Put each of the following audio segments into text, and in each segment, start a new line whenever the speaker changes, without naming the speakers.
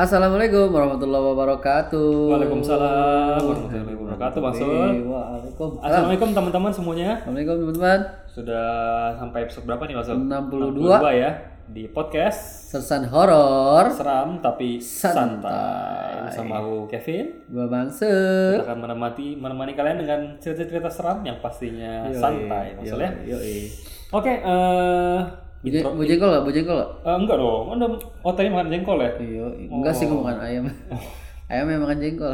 Assalamualaikum warahmatullahi wabarakatuh.
Waalaikumsalam warahmatullahi wabarakatuh, Bang Sul.
Waalaikumsalam.
Assalamualaikum teman-teman semuanya.
Assalamualaikum teman-teman.
Sudah sampai episode berapa nih Bang Sul?
62.
62 ya di podcast
Sersan horor.
seram tapi
Santai.
santai. Bersama aku Kevin.
Gua Bangser.
Kita akan menemani menemani kalian dengan cerita-cerita seram yang pastinya santai Bang Sul ya. Oke, eh intro.
Mau jengkol enggak? Mau jengkol nggak?
Eh, enggak dong. Anda oh tadi makan jengkol ya?
Iya, enggak sih gua makan ayam. Ayam yang makan jengkol.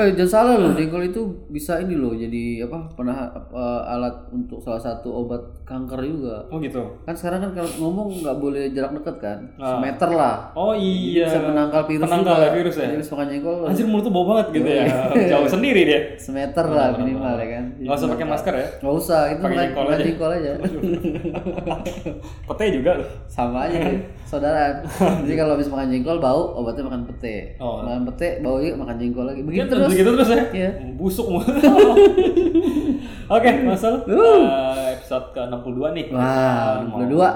Eh, jangan salah loh, jengkol itu bisa ini loh jadi apa? Pernah eh, alat untuk salah satu obat kanker juga.
Oh gitu.
Kan sekarang kan kalau ngomong nggak boleh jarak dekat kan? Semeter lah.
Oh
Jadi Bisa
iya.
penangkal virus
Penangkal
juga.
virus ya?
Jadi habis makan jengkol
Anjir mulut tuh bau banget gitu ya. Jauh sendiri dia.
semeter lah minimal ya kan.
Enggak usah pakai masker ya.
Gak usah, itu
Pakai
makan
jengkol
makan
aja.
jengkol aja.
Pete juga loh.
Sama aja kan, saudara. Jadi kalau habis makan jengkol bau, obatnya makan pete.
Oh.
Makan pete, bau yuk makan jengkol lagi. Begitu
Gitu
terus.
terus. Gitu terus ya.
Iya.
Busuk mulu. Oke, masuk episode ke-62 nih.
Uh. Wah,
Kita Iya, mau-
62.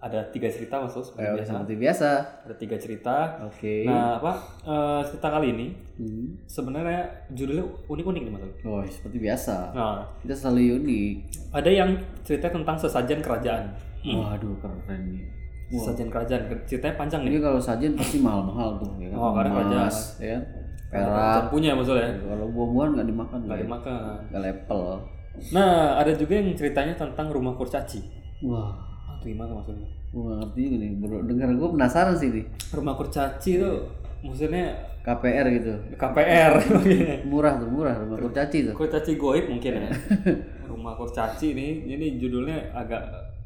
Ada tiga cerita masuk
Eh,
seperti biasa.
seperti biasa.
Ada tiga cerita.
Oke.
Nah, apa eh, cerita kali ini
Hmm.
sebenarnya judulnya unik-unik nih masuk.
Oh, seperti biasa.
Nah,
Kita selalu unik.
ada yang cerita tentang sesajen kerajaan.
Waduh, keren nih.
Sesajen kerajaan, ceritanya panjang nih.
Ini kalau sajian pasti mahal-mahal tuh ya kan.
Oh, karena kerajaan.
Emas, ya kan. Perak. Iya.
Punya maksudnya.
Kalau buah-buahan nggak dimakan, nggak
Gak ya. dimakan.
nggak level.
Nah, ada juga yang ceritanya tentang rumah kurcaci.
Wah,
Ah, itu gimana maksudnya?
gue nggak ngerti juga nih. Baru dengar gue penasaran sih nih.
Rumah kurcaci itu maksudnya
KPR gitu.
KPR.
Murah tuh, murah rumah kurcaci tuh.
kurcaci goib mungkin ya. Rumah kurcaci ini, ini judulnya agak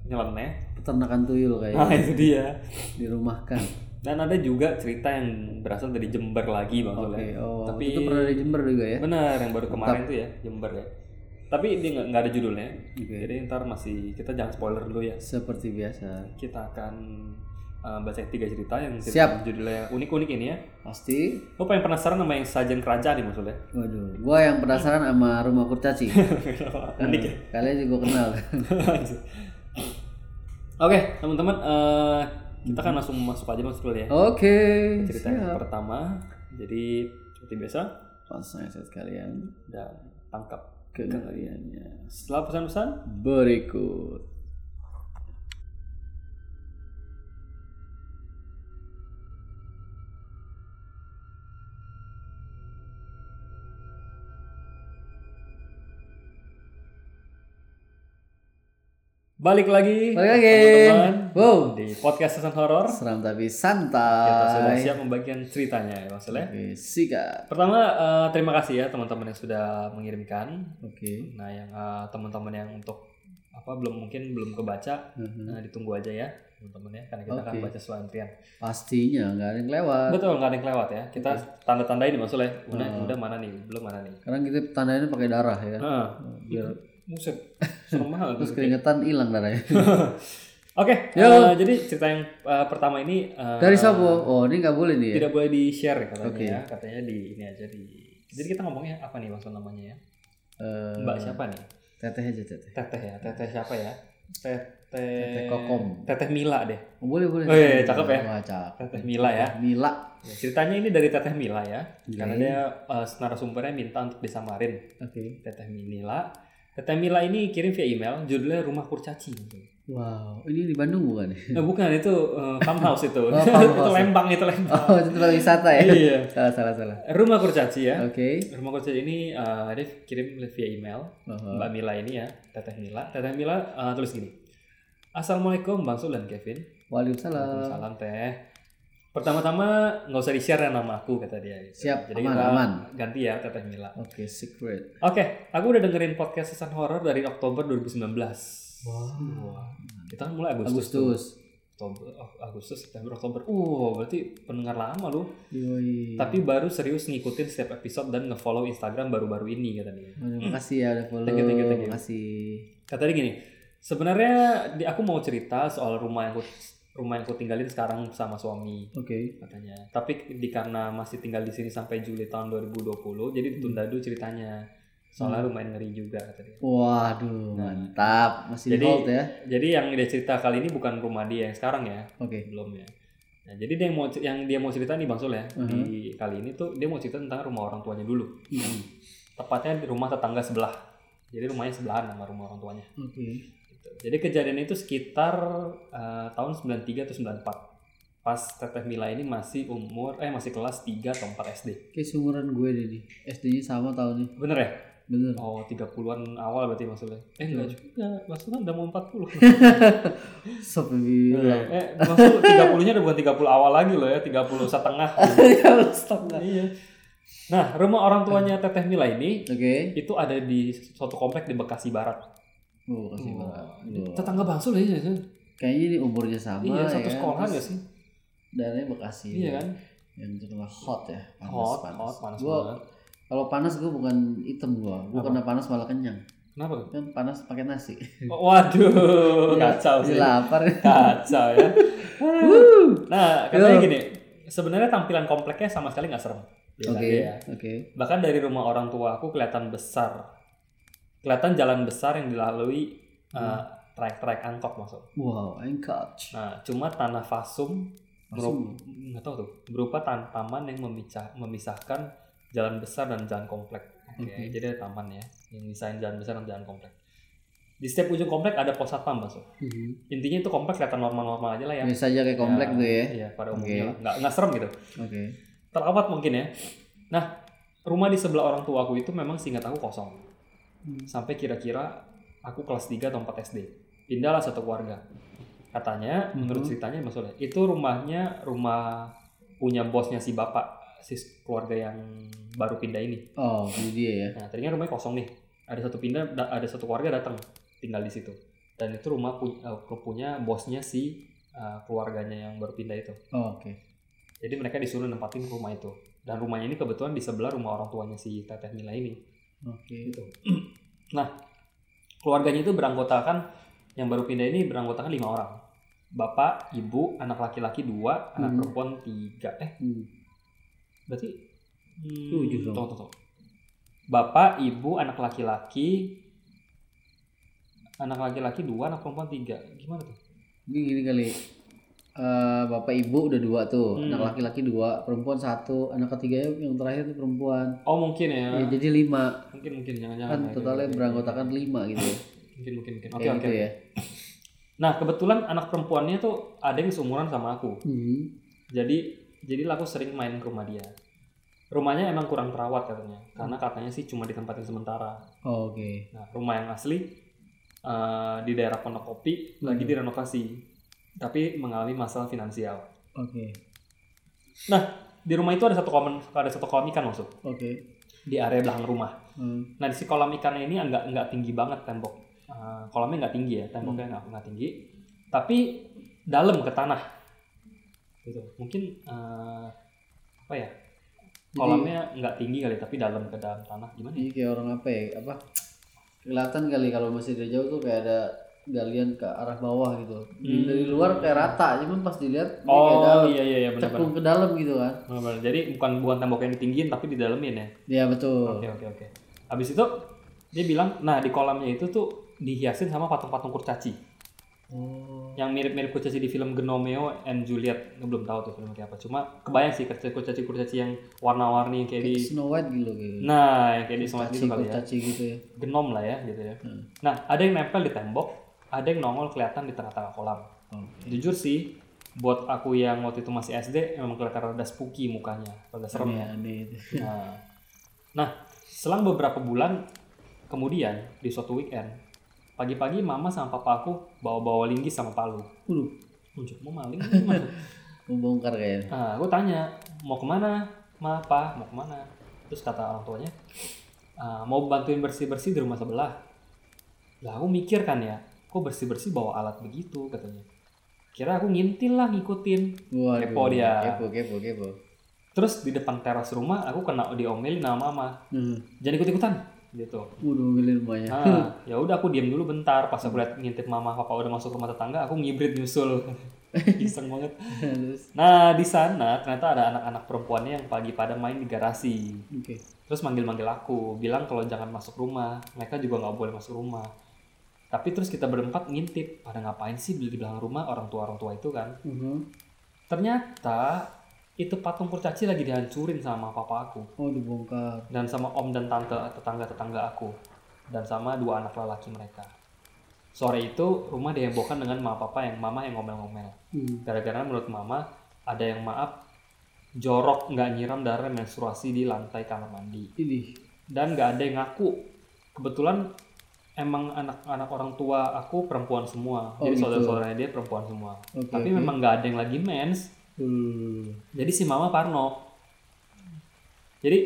nyeleneh.
Peternakan tuyul kayak
Nah, itu dia.
dirumahkan.
Dan ada juga cerita yang berasal dari Jember lagi
Oke,
maksudnya.
oh,
Tapi-
itu pernah di Jember juga ya.
Benar, yang baru kemarin tuh ya, Jember ya. Tapi dia nggak- nggak ada judulnya. Jadi ntar masih kita jangan spoiler dulu ya.
Seperti biasa.
Kita akan uh, baca tiga cerita yang
Siap.
cerita judulnya unik-unik ini ya.
Pasti.
Lo pengen penasaran sama yang sajian kerajaan nih maksudnya?
Waduh, gua yang penasaran sama rumah kurcaci.
Unik ya?
Kalian juga kenal.
Oke, teman-teman, eh, kita kan langsung masuk aja masuk dulu ya.
Oke.
Cerita yang pertama, jadi seperti biasa
Langsung aja kalian
dan tangkap
kengeriannya.
setelah pesan-pesan.
Berikut.
Balik lagi,
Balik lagi.
teman-teman
Wow.
di podcast season horor.
Seram tapi
Kita sudah
santai.
siap membagikan ceritanya ya maksudnya.
Oke, sikat.
Pertama eh, terima kasih ya teman-teman yang sudah mengirimkan.
Oke.
Nah yang eh, teman-teman yang untuk apa belum mungkin belum kebaca,
Mhm.
nah, ditunggu aja ya teman-teman ya karena kita akan
Oke.
baca selantrian.
Pastinya nggak ada yang lewat.
Betul, nggak ada yang kelewat ya. Kita
Iya.
tanda-tandain nih maksudnya. Udah, udah mana nih? Belum mana nih?
Sekarang kita tandainnya pakai darah ya.
Heeh. iya.
Biar
Muset. Serem banget.
terus keringetan hilang darahnya.
Oke, eh, jadi cerita yang eh, pertama ini eh,
Dari Sopo. Oh, ini nggak boleh nih ya.
tidak boleh di-share katanya
Oke.
ya. Katanya di ini aja di Jadi kita ngomongnya apa nih maksud namanya ya?
Eh,
Mbak siapa nih?
teteh aja teteh.
Teteh ya. Teteh siapa ya? Teteh
Teteh Kokom.
Teteh Mila deh.
Oh, boleh boleh.
Oh, iya, iya, cakep ya.
Wah, cakep.
Teteh Mila ya.
Mila.
Ya, Ceritanya ini dari Teteh Mila ya.
Oke.
Karena dia eh, narasumbernya minta untuk disamarin.
Oke.
Teteh Mila. Teteh Mila ini kirim via email judulnya Rumah Kurcaci.
Wow, ini di Bandung bukan?
Nah, bukan itu eh, farmhouse itu.
Hmm. farmhouse ya.
itu Lembang itu Lembang.
Oh, itu tempat wisata ya.
Iya.
Salah salah salah.
Rumah Kurcaci ya.
Oke.
Rumah Kurcaci ini eh, dia kirim via email
Oh,
Mbak Mila ini ya, Teteh Mila. Teteh Mila eh, tulis gini. Assalamualaikum Bang Sul dan Kevin.
Waalaikumsalam.
Salam teh. Pertama-tama nggak usah di-share ya nama aku kata dia. gitu.
Siap,
Jadi
aman,
kita
aman.
ganti ya Teteh Mila.
Oke, secret.
Oke, aku udah dengerin podcast season horor dari Oktober 2019. Wah. Kita kan mulai Agustus. tuh.
Agustus.
Oktober, oh, Agustus, September, Oktober. Uh, berarti pendengar lama lu.
Yoi.
Tapi baru serius ngikutin setiap episode dan nge-follow Instagram baru-baru ini kata dia.
Aduh, makasih ya udah follow.
Thank you, thank you, thank you.
Makasih.
Kata dia gini, sebenarnya di- aku mau cerita soal rumah yang ku, rumah yang ku tinggalin sekarang sama suami
Oke.
katanya. Tapi di karena masih tinggal di sini sampai Juli tahun 2020, jadi ditunda dulu ceritanya. Soalnya lumayan ngeri juga kata dia.
Waduh,
Nah.
mantap. Masih di
Jadi-
hold ya.
Jadi yang dia cerita kali ini bukan rumah dia yang sekarang ya,
Oke.
belum ya. Nah, jadi dia yang mau yang dia mau cerita nih Bang Sul ya. Di kali ini tuh dia mau cerita tentang rumah orang tuanya dulu. Tepatnya di rumah tetangga sebelah. Jadi rumahnya sebelahan sama rumah orang tuanya.
Oke.
Gitu. Jadi kejadian itu sekitar eh, tahun 93 atau 94. Pas Teteh Mila ini masih umur eh masih kelas 3 atau 4 SD.
Kayak seumuran gue deh nih. SD-nya sama tahunnya.
Bener ya?
Bener.
Oh, 30-an awal berarti maksudnya. Eh, enggak juga. Maksudnya udah mau 40.
Sob lebih bilang.
Eh, maksud 30-nya udah bukan 30 awal lagi loh ya, 30 setengah.
Kalau stop lah.
iya. Nah, rumah orang tuanya Teteh Mila ini
Oke.
itu ada di suatu komplek di Bekasi Barat.
Oh, kasih
Oh.
banget. Aduh.
Tetangga Bang Sul ya, ya.
Kayaknya ini umurnya sama
Iya,
ya.
satu sekolahan ya sih.
Dananya Bekasi. ya.
Iya kan?
Yang terkenal hot ya. Panas,
Hot,
panas.
hot, panas
Gua-
banget.
Kalau panas gue bukan hitam gue. Gue
Apa?
kena panas malah kenyang.
Kenapa? tuh?
Kan panas pakai nasi. Iya.
Oh, waduh, Oh, kacau
Jadi
sih.
lapar.
Kacau ya.
Wuh.
Nah, katanya
Yo.
gini, sebenarnya tampilan kompleknya sama sekali nggak serem. Biasa
Oke.
aja ya.
Oke.
Bahkan dari rumah orang tua aku kelihatan besar. Kelihatan jalan besar yang dilalui eh,
Hmm.
trek-trek angkot maksud.
Wow, I'm catch.
Nah, cuma tanah fasum
Langsung.
berupa, nggak tahu tuh, berupa tan- taman yang memicah- memisahkan jalan besar dan jalan komplek. Oke,
Oke.
jadi ada taman ya, yang misahin jalan besar dan jalan komplek. Di setiap ujung komplek ada pos satpam, Mas.
Mhm.
Intinya itu komplek kelihatan normal-normal aja lah ya.
Biasa aja kayak Iya, komplek tuh ya.
Iya, pada
Oke.
umumnya lah. Nggak, nggak serem gitu.
Oke.
Terawat mungkin ya. Nah, rumah di sebelah orang tua aku itu memang singkat aku kosong.
Hmm.
Sampai kira-kira aku kelas 3 atau 4 SD. Pindahlah satu keluarga. Katanya,
Mhm.
menurut ceritanya maksudnya, itu rumahnya rumah punya bosnya si bapak, si keluarga yang baru pindah ini.
Oh, ini dia ya.
Nah, tadinya rumahnya kosong nih. Ada satu pindah, da- ada satu keluarga datang tinggal di situ. Dan itu rumah pu- eh, punya bosnya si eh, keluarganya yang baru pindah itu.
Oh, Oke.
Jadi mereka disuruh nempatin rumah itu. Dan rumahnya ini kebetulan di sebelah rumah orang tuanya si Teteh Mila ini.
Oke.
Gitu. Nah, keluarganya itu beranggotakan yang baru pindah ini beranggotakan lima orang. Bapak, ibu, anak laki-laki dua, anak
Hmm.
perempuan tiga. Eh,
Hmm.
berarti hmm,
Tujuh dong.
tunggu, tunggu, tunggu. Bapak, ibu, anak laki-laki, anak laki-laki dua, anak perempuan tiga. Gimana tuh?
Ini gini kali. Eh, bapak ibu udah dua tuh,
Hmm.
anak laki-laki dua, perempuan satu, anak ketiga yang terakhir tuh perempuan.
Oh mungkin ya,
Ya, jadi lima
mungkin mungkin jangan-jangan.
kan
ya.
totalnya beranggotakan lima gitu. ya.
Mungkin mungkin mungkin. Oke
Kayak
oke.
gitu ya.
Nah kebetulan anak perempuannya tuh ada yang seumuran sama aku.
Hmm.
Jadi jadilah aku sering main ke rumah dia. Rumahnya emang kurang terawat katanya, karena katanya sih cuma ditempatin sementara.
Oh, Oke.
Nah rumah yang asli eh, di daerah Pondok Kopi lagi
Hmm.
direnovasi, tapi mengalami masalah finansial.
Oke.
Di rumah itu ada satu kolam ada satu kolam ikan maksud
Oke.
di area belakang rumah.
Hmm.
Nah di si kolam ikannya ini nggak nggak tinggi banget tembok. Eh, kolamnya nggak tinggi ya, temboknya nggak nggak tinggi, tapi dalam ke tanah. Gitu. Mungkin eh, apa ya?
Jadi,
kolamnya nggak tinggi kali tapi dalam ke dalam tanah gimana ya?
ini kayak orang apa ya? Apa? Kelihatan kali kalau masih dari jauh tuh kayak ada galian ke arah bawah gitu.
Hmm.
Dari luar kayak rata, cuman pas dilihat ini kayak
oh
dalam,
iya iya iya benar-benar
cekung ke dalam gitu kan.
Benar-benar. jadi bukan bukan tembok yang ditinggiin tapi di dalamin ya
Iya betul.
oke oke oke habis itu dia bilang nah di kolamnya itu tuh dihiasin sama patung-patung kurcaci
Oh.
yang mirip-mirip kurcaci di film Genomeo and Juliet Gua belum tahu tuh film kayak apa cuma kebayang sih kurcaci kurcaci yang warna-warni yang kayak di
Kayak Snow White gitu loh kayak.
nah yang kayak di semacam itu
Caci
kali ya
caci gitu ya.
genom lah ya gitu ya
Hmm.
nah ada yang nempel di tembok ada yang nongol kelihatan di tengah-tengah kolam
Oke.
jujur sih buat aku yang waktu itu masih SD emang kelihatan rada spooky mukanya rada serem ya
Aneh itu.
nah, nah, selang beberapa bulan kemudian di suatu weekend pagi-pagi mama sama papa aku bawa-bawa linggis sama palu
Waduh,
untuk mau maling gimana?
membongkar kayaknya.
nah, aku tanya mau kemana ma pa mau kemana terus kata orang tuanya "Ah, mau bantuin bersih-bersih di rumah sebelah lah aku mikir kan ya kok bersih-bersih bawa alat begitu katanya kira aku ngintil lah ngikutin
Waduh.
Kepo dia.
Kepo, kepo, kepo.
Terus di depan teras rumah aku kena diomelin sama mama.
Hmm.
Jangan ikut-ikutan gitu.
Waduh, milih rumahnya.
Ah, ya udah aku diam dulu bentar pas aku lihat ngintip mama papa udah masuk rumah tetangga aku ngibrit nyusul. Iseng banget.
Terus
Nah, di sana ternyata ada anak-anak perempuannya yang pagi pada main di garasi.
oke.
Terus manggil-manggil aku, bilang kalau jangan masuk rumah. Mereka juga nggak boleh masuk rumah. Tapi terus kita berempat ngintip, pada ngapain sih beli di belakang rumah orang tua-orang tua itu kan.
Mhm.
Ternyata itu patung kurcaci lagi dihancurin sama papa aku
Oh dibongkar.
dan sama om dan tante tetangga-tetangga aku dan sama dua anak lelaki mereka. Sore itu rumah dihebohkan dengan mama papa yang mama yang ngomel-ngomel.
Hmm.
Gara-gara menurut mama ada yang maaf jorok nggak nyiram darah menstruasi di lantai kamar mandi
Ini.
dan nggak ada yang ngaku. Kebetulan emang anak-anak orang tua aku perempuan semua,
Oh,
jadi
gitu. Mm-hmm.
saudara-saudaranya dia perempuan semua.
Oke,
Tapi
oke.
memang nggak ada yang lagi mens,
Hmm.
jadi si mama Parno. Jadi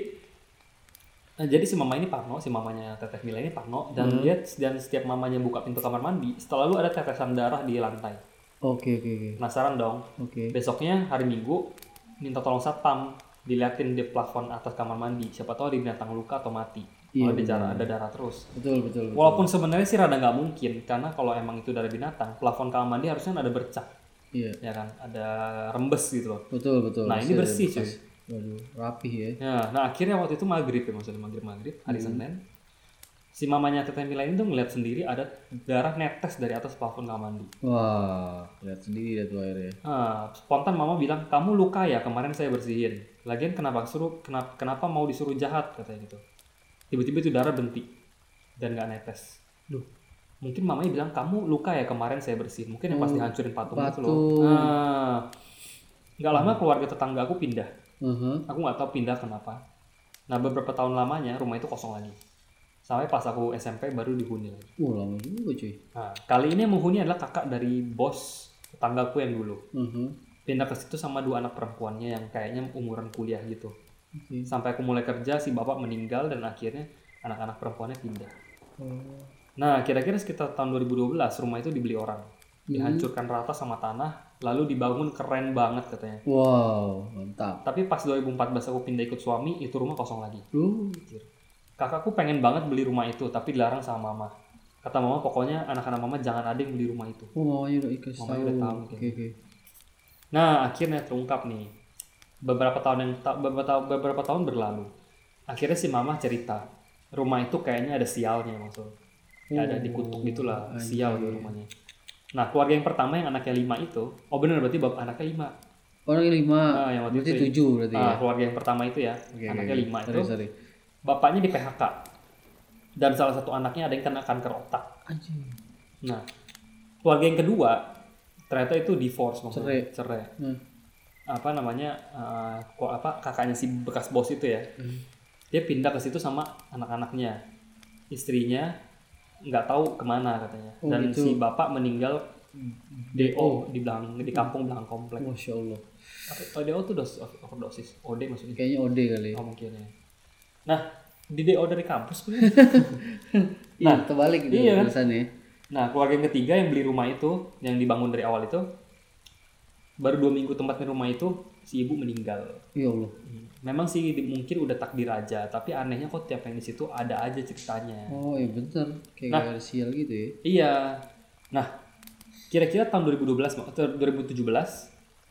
eh, jadi si mama ini Parno, si mamanya Teteh Mila ini Parno dan
Hmm.
dia dan setiap mamanya buka pintu kamar mandi, selalu ada tetesan darah di lantai.
Oke oke oke.
Penasaran dong.
Oke.
Besoknya hari Minggu minta tolong satpam diliatin di plafon atas kamar mandi, siapa tahu ada binatang luka atau mati.
Iya,
Kalau ada darah,
benar.
ada darah terus.
Betul betul. betul.
Walaupun sebenarnya sih rada nggak mungkin karena kalau emang itu dari binatang, plafon kamar mandi harusnya ada bercak,
Iya.
ya kan? Ada rembes gitu loh.
Betul betul.
Nah, ini
Masih ada
bersih,
bekas. Waduh rapih ya.
Ya, nah akhirnya waktu itu maghrib ya maksudnya maghrib maghrib hari Senin si mamanya teteh Mila ini tuh ngeliat sendiri ada darah netes dari atas plafon kamar mandi.
Wah lihat sendiri ya tuh airnya.
Ah, spontan mama bilang kamu luka ya kemarin saya bersihin. Lagian kenapa suruh kenapa, kenapa mau disuruh jahat katanya gitu. Tiba-tiba itu darah berhenti dan nggak netes. Duh, mungkin mamanya bilang kamu luka ya kemarin saya bersihin. Mungkin yang
Oh,
pasti hancurin patung, itu loh.
patung.
Ah, nggak lama keluarga tetangga aku pindah.
Aha.
aku nggak tahu pindah kenapa nah beberapa tahun lamanya rumah itu kosong lagi sampai pas aku SMP baru dihuni lagi
Wah lama juga cuy.
nah, kali ini yang menghuni adalah kakak dari bos tetanggaku yang dulu
Aha.
pindah ke situ sama dua anak perempuannya yang kayaknya umuran kuliah gitu
Oke.
sampai aku mulai kerja si bapak meninggal dan akhirnya anak-anak perempuannya pindah
Oh.
nah kira-kira sekitar tahun 2012 rumah itu dibeli orang dihancurkan rata sama tanah lalu dibangun keren banget katanya
Wow mantap.
tapi pas 2014 aku pindah ikut suami itu rumah kosong lagi
Lu
kakakku pengen banget beli rumah itu tapi dilarang sama mama kata mama pokoknya anak-anak mama jangan ada yang beli rumah itu
Oh mamanya udah ikas
Mamanya udah tahu,
Oke
kayaknya.
oke.
nah akhirnya terungkap nih beberapa tahun yang ta- beberapa, ta- beberapa tahun berlalu akhirnya si mama cerita rumah itu kayaknya ada sialnya maksud Kayak ada
Oh,
dikutuk gitulah
anjir.
sial di rumahnya nah keluarga yang pertama yang anaknya lima itu oh bener berarti bab anaknya lima
Orang yang lima.
Ah, yang waktu
berarti
itu ya.
tujuh berarti
Ah,
ya.
keluarga yang pertama itu ya
Oke, oke,
anaknya
oke.
lima itu
Sorry, sorry.
bapaknya di PHK dan salah satu anaknya ada yang kena kanker otak
Anjir.
Nah, keluarga yang kedua ternyata itu divorce maksudnya
Cerai.
cerai.
Nah.
Apa namanya? eh, ko- apa kakaknya si bekas bos itu ya. Dia pindah ke situ sama anak-anaknya. Istrinya nggak tahu kemana katanya.
Oh,
Dan
gitu. Oh.
si bapak meninggal DO di belakang di kampung belakang komplek.
Masya Allah.
Apa, oh, DO itu dos, overdosis. OD maksudnya.
Kayaknya OD kali.
Oh, mungkin ya. Nah, di DO dari kampus
Iya,
Nah,
terbalik gitu
iya kan?
tulisannya.
Nah, keluarga yang ketiga yang beli rumah itu, yang dibangun dari awal itu, baru dua minggu tempatnya rumah itu, si ibu meninggal.
Ya Allah.
Memang sih di- mungkin udah takdir aja, tapi anehnya kok tiap yang di situ ada aja ceritanya.
Oh iya bentar. Kayak
Nah.
ada sial gitu ya.
Iya. Nah, kira-kira tahun 2012 ma- eh, atau 2017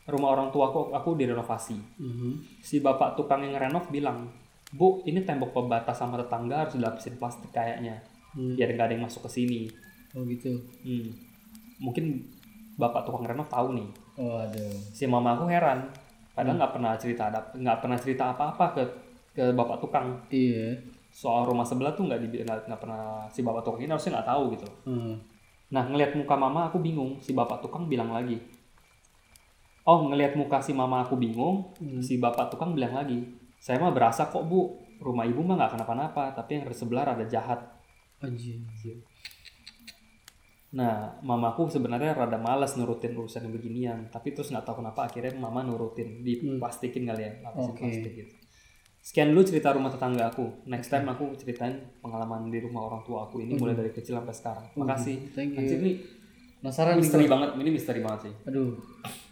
rumah orang tua aku aku direnovasi.
Mhm.
Si bapak tukang yang renov bilang, "Bu, ini tembok pembatas sama tetangga harus dilapisin plastik kayaknya,
Hmm.
biar nggak ada yang masuk ke sini."
Oh gitu.
Hmm. Mungkin bapak tukang renov tahu nih.
Oh aduh.
si mama aku heran padahal nggak pernah cerita ada nggak pernah cerita apa-apa ke ke bapak tukang
Iya.
soal rumah sebelah tuh nggak dibi- nggak nggak pernah si bapak tukang ini harusnya nggak tahu gitu
Hmm.
nah ngelihat muka mama aku bingung si bapak tukang bilang lagi oh ngelihat muka si mama aku bingung
Hmm.
si bapak tukang bilang lagi saya mah berasa kok bu rumah ibu mah nggak kenapa-napa tapi yang sebelah rada jahat
Anjir.
Nah, mamaku sebenarnya rada malas nurutin urusan yang beginian, tapi terus nggak tahu kenapa akhirnya mama nurutin, diplastikin kali ya,
Hmm.
lapisin
Oke.
plastik gitu. Sekian dulu cerita rumah tetangga aku. Next time aku ceritain pengalaman di rumah orang tua aku ini mulai dari kecil sampai sekarang. Makasih.
Hmm. Thank you.
Anjir, ini
Penasaran nih
misteri banget, ini misteri banget sih.
Aduh.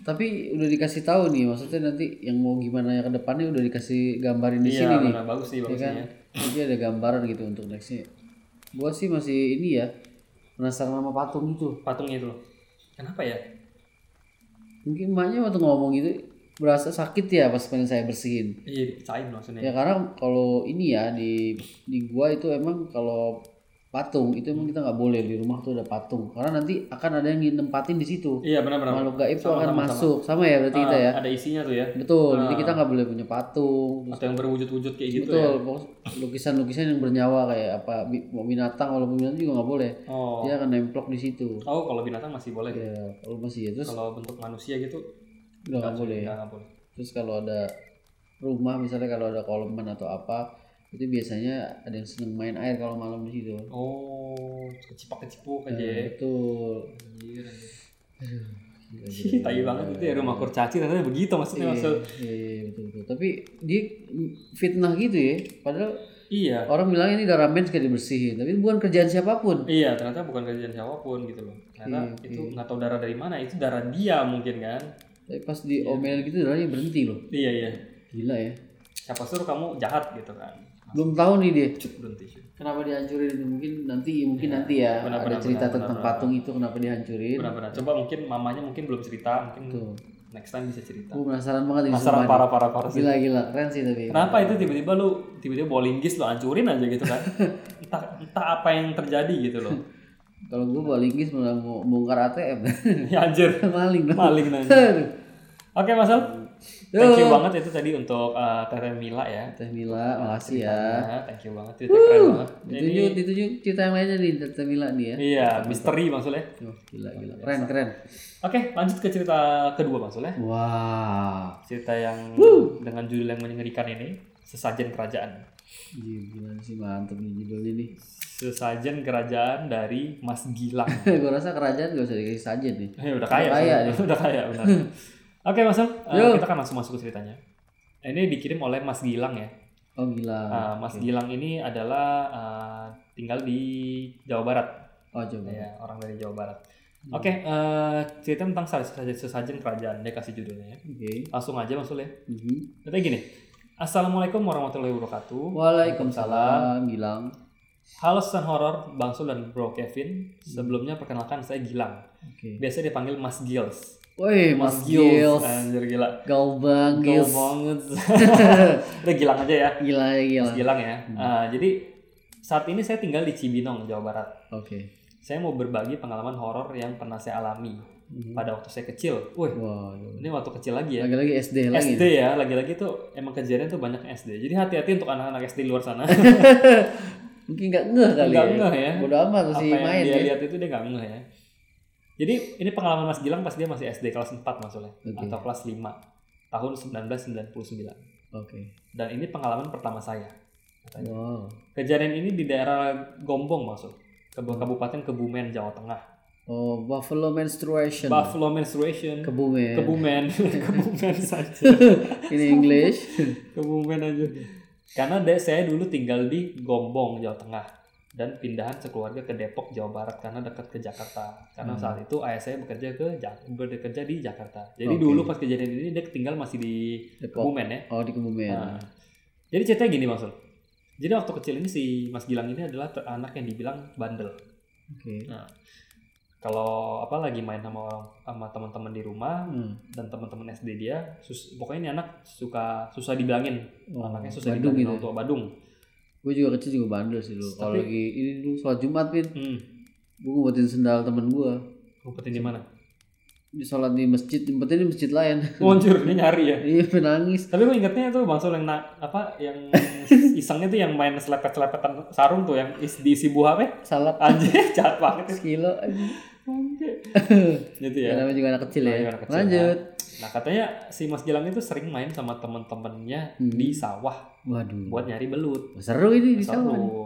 Tapi udah dikasih tahu nih maksudnya nanti yang mau gimana ya ke depannya udah dikasih gambarin di sini
Iya,
nih.
benar bagus sih, bagus
ya kan?
sih ya.
Jadi ada gambaran gitu untuk nextnya. Gua sih masih ini ya penasaran sama patung itu.
Patungnya itu. loh. Kenapa ya?
Mungkin emaknya waktu ngomong gitu berasa sakit ya pas pengen saya bersihin.
Iya, dipecahin maksudnya.
Ya karena kalau ini ya di di gua itu emang kalau patung itu emang kita nggak boleh di rumah tuh ada patung karena nanti akan ada yang nempatin di situ
Iya benar-benar.
makhluk gaib tuh
Sama,
akan
sama, Ah, sama.
masuk sama, ya berarti kita ya
Ada isinya tuh ya.
betul jadi kita nggak boleh punya patung
Atau yang berwujud-wujud kayak Nah, gitu
betul
ya.
pokok- lukisan-lukisan yang bernyawa kayak apa bi- mau binatang walaupun binatang juga nggak boleh
Oh.
dia akan nemplok di situ
Oh kalau binatang masih boleh.
ya kalau masih ya terus
Kalau bentuk manusia gitu
udah nggak boleh
nggak nggak boleh.
terus kalau ada rumah misalnya kalau ada koleman atau apa itu biasanya ada yang seneng main air kalau malam di situ
Oh kecipak kecipuk aja. ya.
Nah, betul
Anjir, anjir.
Gila,
Ih,
gila.
Tai banget itu ya rumah kurcaci ternyata begitu maksudnya
Iya,
maksud.
iya, iya, betul, betul. Tapi dia fitnah gitu ya. Padahal
Iya.
orang bilang ini darah mens kayak dibersihin, tapi itu bukan kerjaan siapapun.
Iya ternyata bukan kerjaan siapapun gitu loh. Ternyata
Iya,
itu nggak tahu darah dari mana itu darah dia mungkin kan.
Tapi pas diomelin gitu darahnya berhenti loh.
Iya iya.
Gila ya.
Siapa suruh kamu jahat gitu kan.
Belum tahu nih dia
Cuk berhenti. Cuk.
kenapa dihancurin mungkin nanti mungkin nanti ya
benar,
ada
benar,
cerita
benar,
tentang patung itu kenapa dihancurin.
Benar-benar. Coba mungkin mamanya mungkin belum cerita mungkin
Tuh.
next time bisa cerita.
Gue penasaran banget ini
Penasaran
semua.
parah parah parah sih.
Gila gila keren sih tapi.
Kenapa itu tiba-tiba lu tiba-tiba bolinggis lu hancurin aja gitu kan? entah entah apa yang terjadi gitu loh.
Kalau gue balik Inggris malah mau bongkar ATM.
ya anjir.
Maling dong.
Maling nanya.
Aduh.
Oke Mas Al. Thank you banget itu tadi untuk eh, Tete Mila ya.
Teh Mila, makasih ya.
Nah, thank you banget cerita keren banget. Ini
Ditunjuk, ditunjuk cerita yang lainnya nih Teh Mila nih ya.
iya misteri Mas Ul ya.
Oh, gila gila. Keren keren.
Oke, lanjut ke cerita kedua Mas Ul ya.
Wah.
Cerita yang dengan judul yang mengerikan ini, Sesajen Kerajaan.
Gila, Iya, gila sih mantep nih judulnya nih.
Sesajen Kerajaan dari Mas Gilang.
gue rasa kerajaan gak usah dikasih saja nih.
Eh, udah kaya,
Udah kaya Hmm.
sih. udah kaya benar. Oke Mas Al, eh, kita akan langsung masuk ke ceritanya. Ini dikirim oleh Mas Gilang ya.
Oh gila.
Eh, Mas Gilang ini adalah eh, tinggal di Jawa Barat,
Oh coba.
ya orang dari Jawa Barat. Oke, eh, cerita tentang sesajen, sesajen kerajaan dia kasih judulnya. ya.
Oke.
Langsung aja Mas Ul ya.
Mhm.
Katanya gini. Assalamualaikum warahmatullahi wabarakatuh.
Waalaikumsalam Gilang.
Halo Sesan Horor, Bang Sul dan Bro Kevin. Sebelumnya perkenalkan saya Gilang.
Oke.
Biasa dipanggil Mas Gils. kan.
Woi Mas Gils.
Anjir gila.
Galbang
Gil
Gils.
banget. Udah Gilang aja ya.
Gila ya gila.
Mas Gilang ya. Ah, jadi saat ini saya tinggal di Cibinong, Jawa Barat.
Oke.
Saya mau berbagi pengalaman horor yang pernah saya alami
Mhm.
pada waktu saya kecil. Wih,
Wah. gila.
ini waktu kecil lagi ya.
Lagi-lagi SD lagi.
SD ya, lagi-lagi tuh emang kejadian tuh banyak SD. Jadi hati-hati untuk anak-anak SD di luar sana.
Mungkin gak ngeh kali
Nggak
ya.
ngeh ya.
Bodoh amat tuh
Apa
si
yang
main
dia
ya.
lihat itu dia nggak ngeh ya. Jadi ini pengalaman Mas Gilang pas dia masih SD kelas 4 maksudnya
Oke.
atau kelas 5 tahun 1999.
Oke.
Dan ini pengalaman pertama saya. Katanya.
Wow.
Kejadian ini di daerah Gombong maksud
Hmm.
Kebu- Kabupaten Kebumen Jawa Tengah.
Oh, Buffalo menstruation.
Buffalo menstruation.
Kebumen.
Kebumen. Kebumen saja.
In English.
Kebumen aja. Karena de- saya dulu tinggal di Gombong, Jawa Tengah dan pindahan sekeluarga ke Depok, Jawa Barat karena dekat ke Jakarta. Karena
Hmm.
saat itu ayah saya bekerja ke Jak- bekerja di Jakarta. Jadi
Oke.
dulu pas kejadian ini dia tinggal masih di
Depok.
Kebumen ya.
Oh, di Kebumen.
Nah, jadi ceritanya gini maksud. Jadi waktu kecil ini si Mas Gilang ini adalah ter- anak yang dibilang bandel.
Oke.
Nah, kalau apa lagi main sama orang sama teman-teman di rumah
Hmm.
dan teman-teman SD dia, sus- pokoknya ini anak suka susah dibilangin
Oh,
anaknya susah
Bandung
dibilangin
gitu
orang tua Badung. ya?
Gue juga kecil juga bandel sih dulu. Kalau
Tapi-
lagi ini dulu sholat Jumat, Pin.
Hmm.
Gue ngumpetin sendal temen gue.
Ngumpetin di mana?
Di sholat di masjid, ngumpetin di masjid lain.
Wancur, dia nyari ya.
Iya, menangis.
Tapi gue ingetnya tuh Bang Sol yang na- apa yang isengnya tuh yang main selepet-selepetan sarung tuh yang is, diisi buah apa? ya?
Salap
Anjir, jahat banget. ya.
sekilo.
Gitu
Ya,
ya.
namanya juga anak kecil ya.
Namanya anak kecil,
Lanjut.
Nah, katanya si Mas Gilang itu sering main sama temen-temennya
Hmm.
di sawah
Waduh.
buat nyari belut.
Seru ini di sana. nih.
Seru.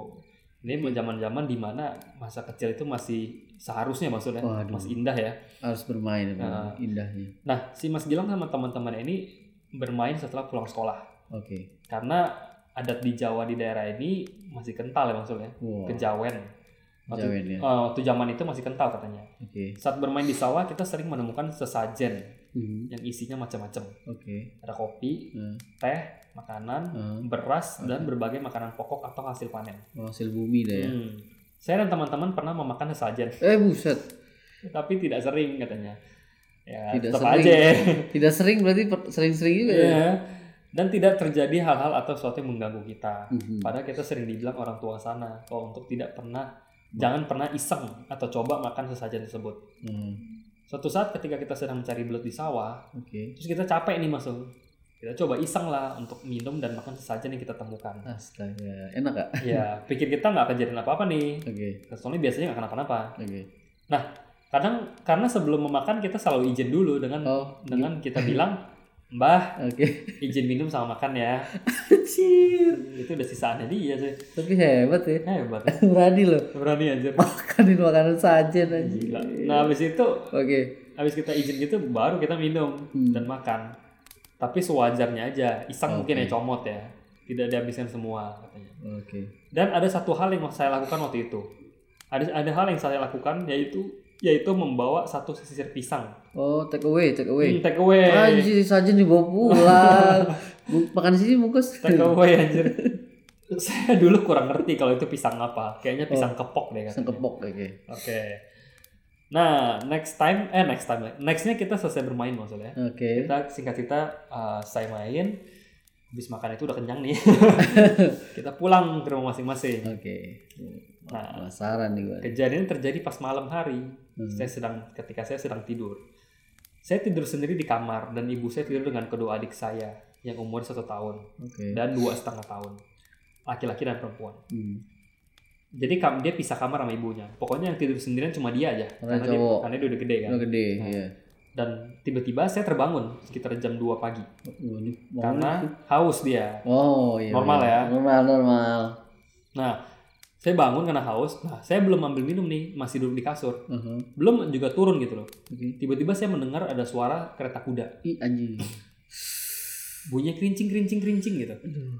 Ini zaman-zaman dimana masa kecil itu masih seharusnya maksudnya
Waduh.
masih indah ya.
Harus bermain
Nah.
emang. indahnya.
Nah, si Mas Gilang sama teman-teman ini bermain setelah pulang sekolah
Oke.
karena adat di Jawa di daerah ini masih kental ya maksudnya
Wow.
kejawen. Waktu,
Oh. Kejawen ya.
eh, waktu zaman itu masih kental katanya.
Oke.
Saat bermain di sawah kita sering menemukan sesajen
Mhm.
yang isinya macam-macam.
Oke.
Ada kopi,
Nah,
teh, makanan,
nah.
beras dan berbagai makanan pokok atau hasil panen.
Hasil bumi dah ya.
Hmm. Saya dan teman-teman pernah memakan sesajen
Eh buset.
tapi tidak sering katanya ya
Tidak
tetap
sering.
aja
Tidak sering berarti per- sering-sering juga ya.
Iya. dan tidak terjadi hal-hal atau sesuatu yang mengganggu kita
Mhm.
padahal kita sering dibilang orang tua sana kalau untuk tidak pernah Jangan pernah iseng atau coba makan sesajen tersebut.
Hmm.
Suatu saat ketika kita sedang mencari belut di sawah,
Oke.
terus kita capek nih masuk. Kita coba iseng lah untuk minum dan makan sesajen yang kita temukan.
Astaga, enak gak?
ya, pikir kita nggak kejadian apa-apa nih.
Oke.
Soalnya biasanya nggak kenapa-napa. Nah,
Oke.
Kadang karena sebelum memakan kita selalu izin dulu dengan
Oh,
dengan kita bilang, "Mbah,
Oke.
izin minum sama makan ya."
Anjir.
Itu udah sisaannya dia sih.
Tapi hebat ya.
Hebat.
Berani loh
Berani anjir.
makanin makanan sajen anjir.
Gila. Nah, habis itu
Iya. Oke.
habis kita izin gitu baru kita minum
Hmm.
dan makan. Tapi sewajarnya aja. Iseng mungkin ya
Oke.
comot ya. Tidak dihabiskan semua katanya.
Oke.
Dan ada satu hal yang saya lakukan waktu itu. Ada ada hal yang saya lakukan yaitu yaitu membawa satu sisir pisang.
Oh, take away, take
Hmm,
away.
take away.
Anjir, sajen dibawa pulang. Bu- makan di sini bungkus.
Take away anjir. Saya dulu kurang ngerti kalau itu pisang apa. Kayaknya pisang kepok deh
Oh. Pisang
katanya. Oke.
kepok oke.
Nah, next time eh next time. Nextnya kita selesai bermain maksudnya.
Oke.
Kita singkat kita eh, saya main habis makan itu udah kenyang nih. kita pulang ke rumah masing-masing.
Oke.
Nah.
Penasaran nih gua.
Kejadian terjadi pas malam hari.
Hmm.
Saya sedang ketika saya sedang tidur. Saya tidur sendiri di kamar dan ibu saya tidur dengan kedua adik saya yang umur satu tahun
Oke.
dan dua setengah tahun, laki-laki dan perempuan.
Hmm.
Jadi kam- dia pisah kamar sama ibunya. Pokoknya yang tidur sendirian cuma dia aja
Karena
dia,
cowok.
karena dia udah gede kan.
Udah gede,
Nah.
iya.
Dan tiba-tiba saya terbangun sekitar jam 2 pagi
Wah, ini bangun
karena
sih.
haus dia.
Oh, iya.
Normal
iya.
ya.
Normal, normal.
Nah, saya bangun karena haus. Nah, saya belum ambil minum nih, masih duduk di kasur.
Aha,
Belum juga turun gitu loh.
Uh-huh. Oke.
Tiba-tiba saya mendengar ada suara kereta kuda.
Ih, anjing.
bunyinya kerincing kerincing kerincing gitu
Aduh.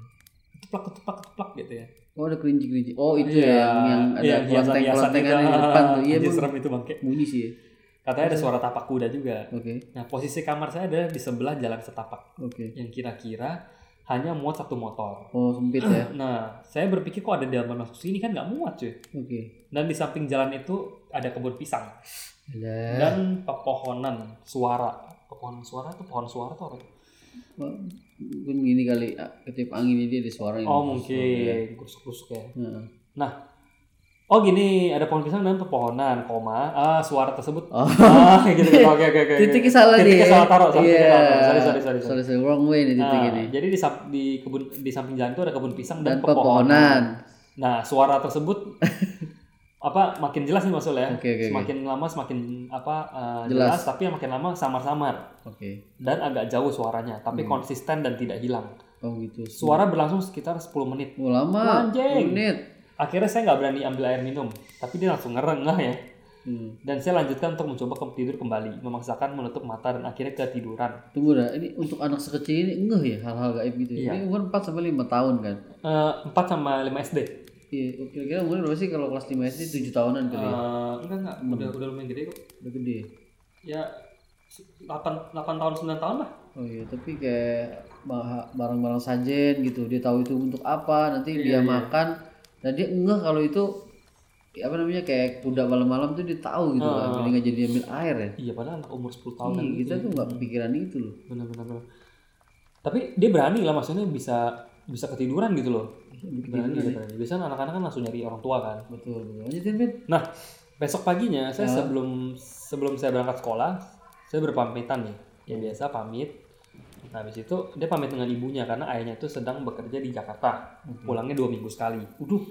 ketuplak ketuplak ketuplak gitu ya
Oh, ada kelinci-kelinci. Oh, itu ya
Iya,
yang, yang ada
iya,
kelenteng-kelentengan
hiasan-hiasan
di
itu.
depan tuh. Iya,
Anjir,
Bang.
serem itu bangke
bunyi sih. ya.
katanya ada suara tapak kuda juga
Oke.
nah posisi kamar saya ada di sebelah jalan setapak
Oke.
yang kira-kira hanya muat satu motor
Oh, sempit ya.
nah saya berpikir kok ada jalan masuk sini kan nggak muat cuy
Oke.
dan di samping jalan itu ada kebun pisang
Lah.
dan pepohonan suara pepohonan suara tuh pohon suara tuh apa
Hmm,
ya?
Mungkin gini kali ah, ketiup angin ini ada suara ini.
oh mungkin kusuk-kusuk ya
Heeh.
oh gini ada pohon pisang dan pepohonan koma ah suara tersebut
Oh.
ah gitu gitu oke oke oke
Titiknya salah nih.
titiknya salah taruh salah
Iya.
titiknya salah taruh. sorry sorry sorry, sorry.
Sorry, sorry. Wrong way nih titik
Nah,
ini.
jadi di, sap- di kebun di samping jalan itu ada kebun pisang
Dan
dan,
pepohonan.
nah suara tersebut apa makin jelas nih maksudnya
Oke, oke, oke.
semakin lama semakin apa eh,
Jelas.
jelas. tapi yang makin lama samar-samar
Oke.
dan agak jauh suaranya tapi
Hmm.
konsisten dan tidak hilang
Oh, gitu.
suara berlangsung sekitar 10 menit
Oh, lama.
Anjing.
Menit.
akhirnya saya nggak berani ambil air minum tapi dia langsung ngerengah ya
Hmm.
dan saya lanjutkan untuk mencoba ke tidur kembali memaksakan menutup mata dan akhirnya ketiduran
Tunggu dah, ini untuk anak sekecil ini ngeh ya hal-hal gaib gitu ya.
Iya.
Ini umur 4 sampai 5 tahun kan.
Eh, 4 sama 5 SD
Iya, kira-kira umur berapa sih kalau kelas 5 SD 7 tahunan kali ya?
Eh, enggak enggak udah udah lumayan gede kok
Udah gede.
ya 8, 8 tahun 9 tahun lah
Oh iya, tapi kayak bah- barang-barang sajen gitu. Dia tahu itu untuk apa, nanti dia
Iya, iya.
makan. Dan dia ngeh kalau itu ya apa namanya kayak kuda malam-malam tuh dia tahu gitu
Oh.
kan. Jadi nggak jadi ambil air ya.
iya padahal anak umur 10 tahun
Iya,
kan
kita tuh nggak kepikiran itu loh.
bener bener bener tapi dia berani lah maksudnya bisa bisa ketiduran gitu loh berani dia berani biasanya anak-anak kan langsung nyari orang tua kan
Betul, betul. Lanjutin, Fit.
nah besok paginya saya sebelum sebelum saya berangkat sekolah saya berpamitan nih ya biasa pamit nah habis itu dia pamit dengan ibunya karena ayahnya itu sedang bekerja di Jakarta pulangnya dua minggu sekali
Uduh.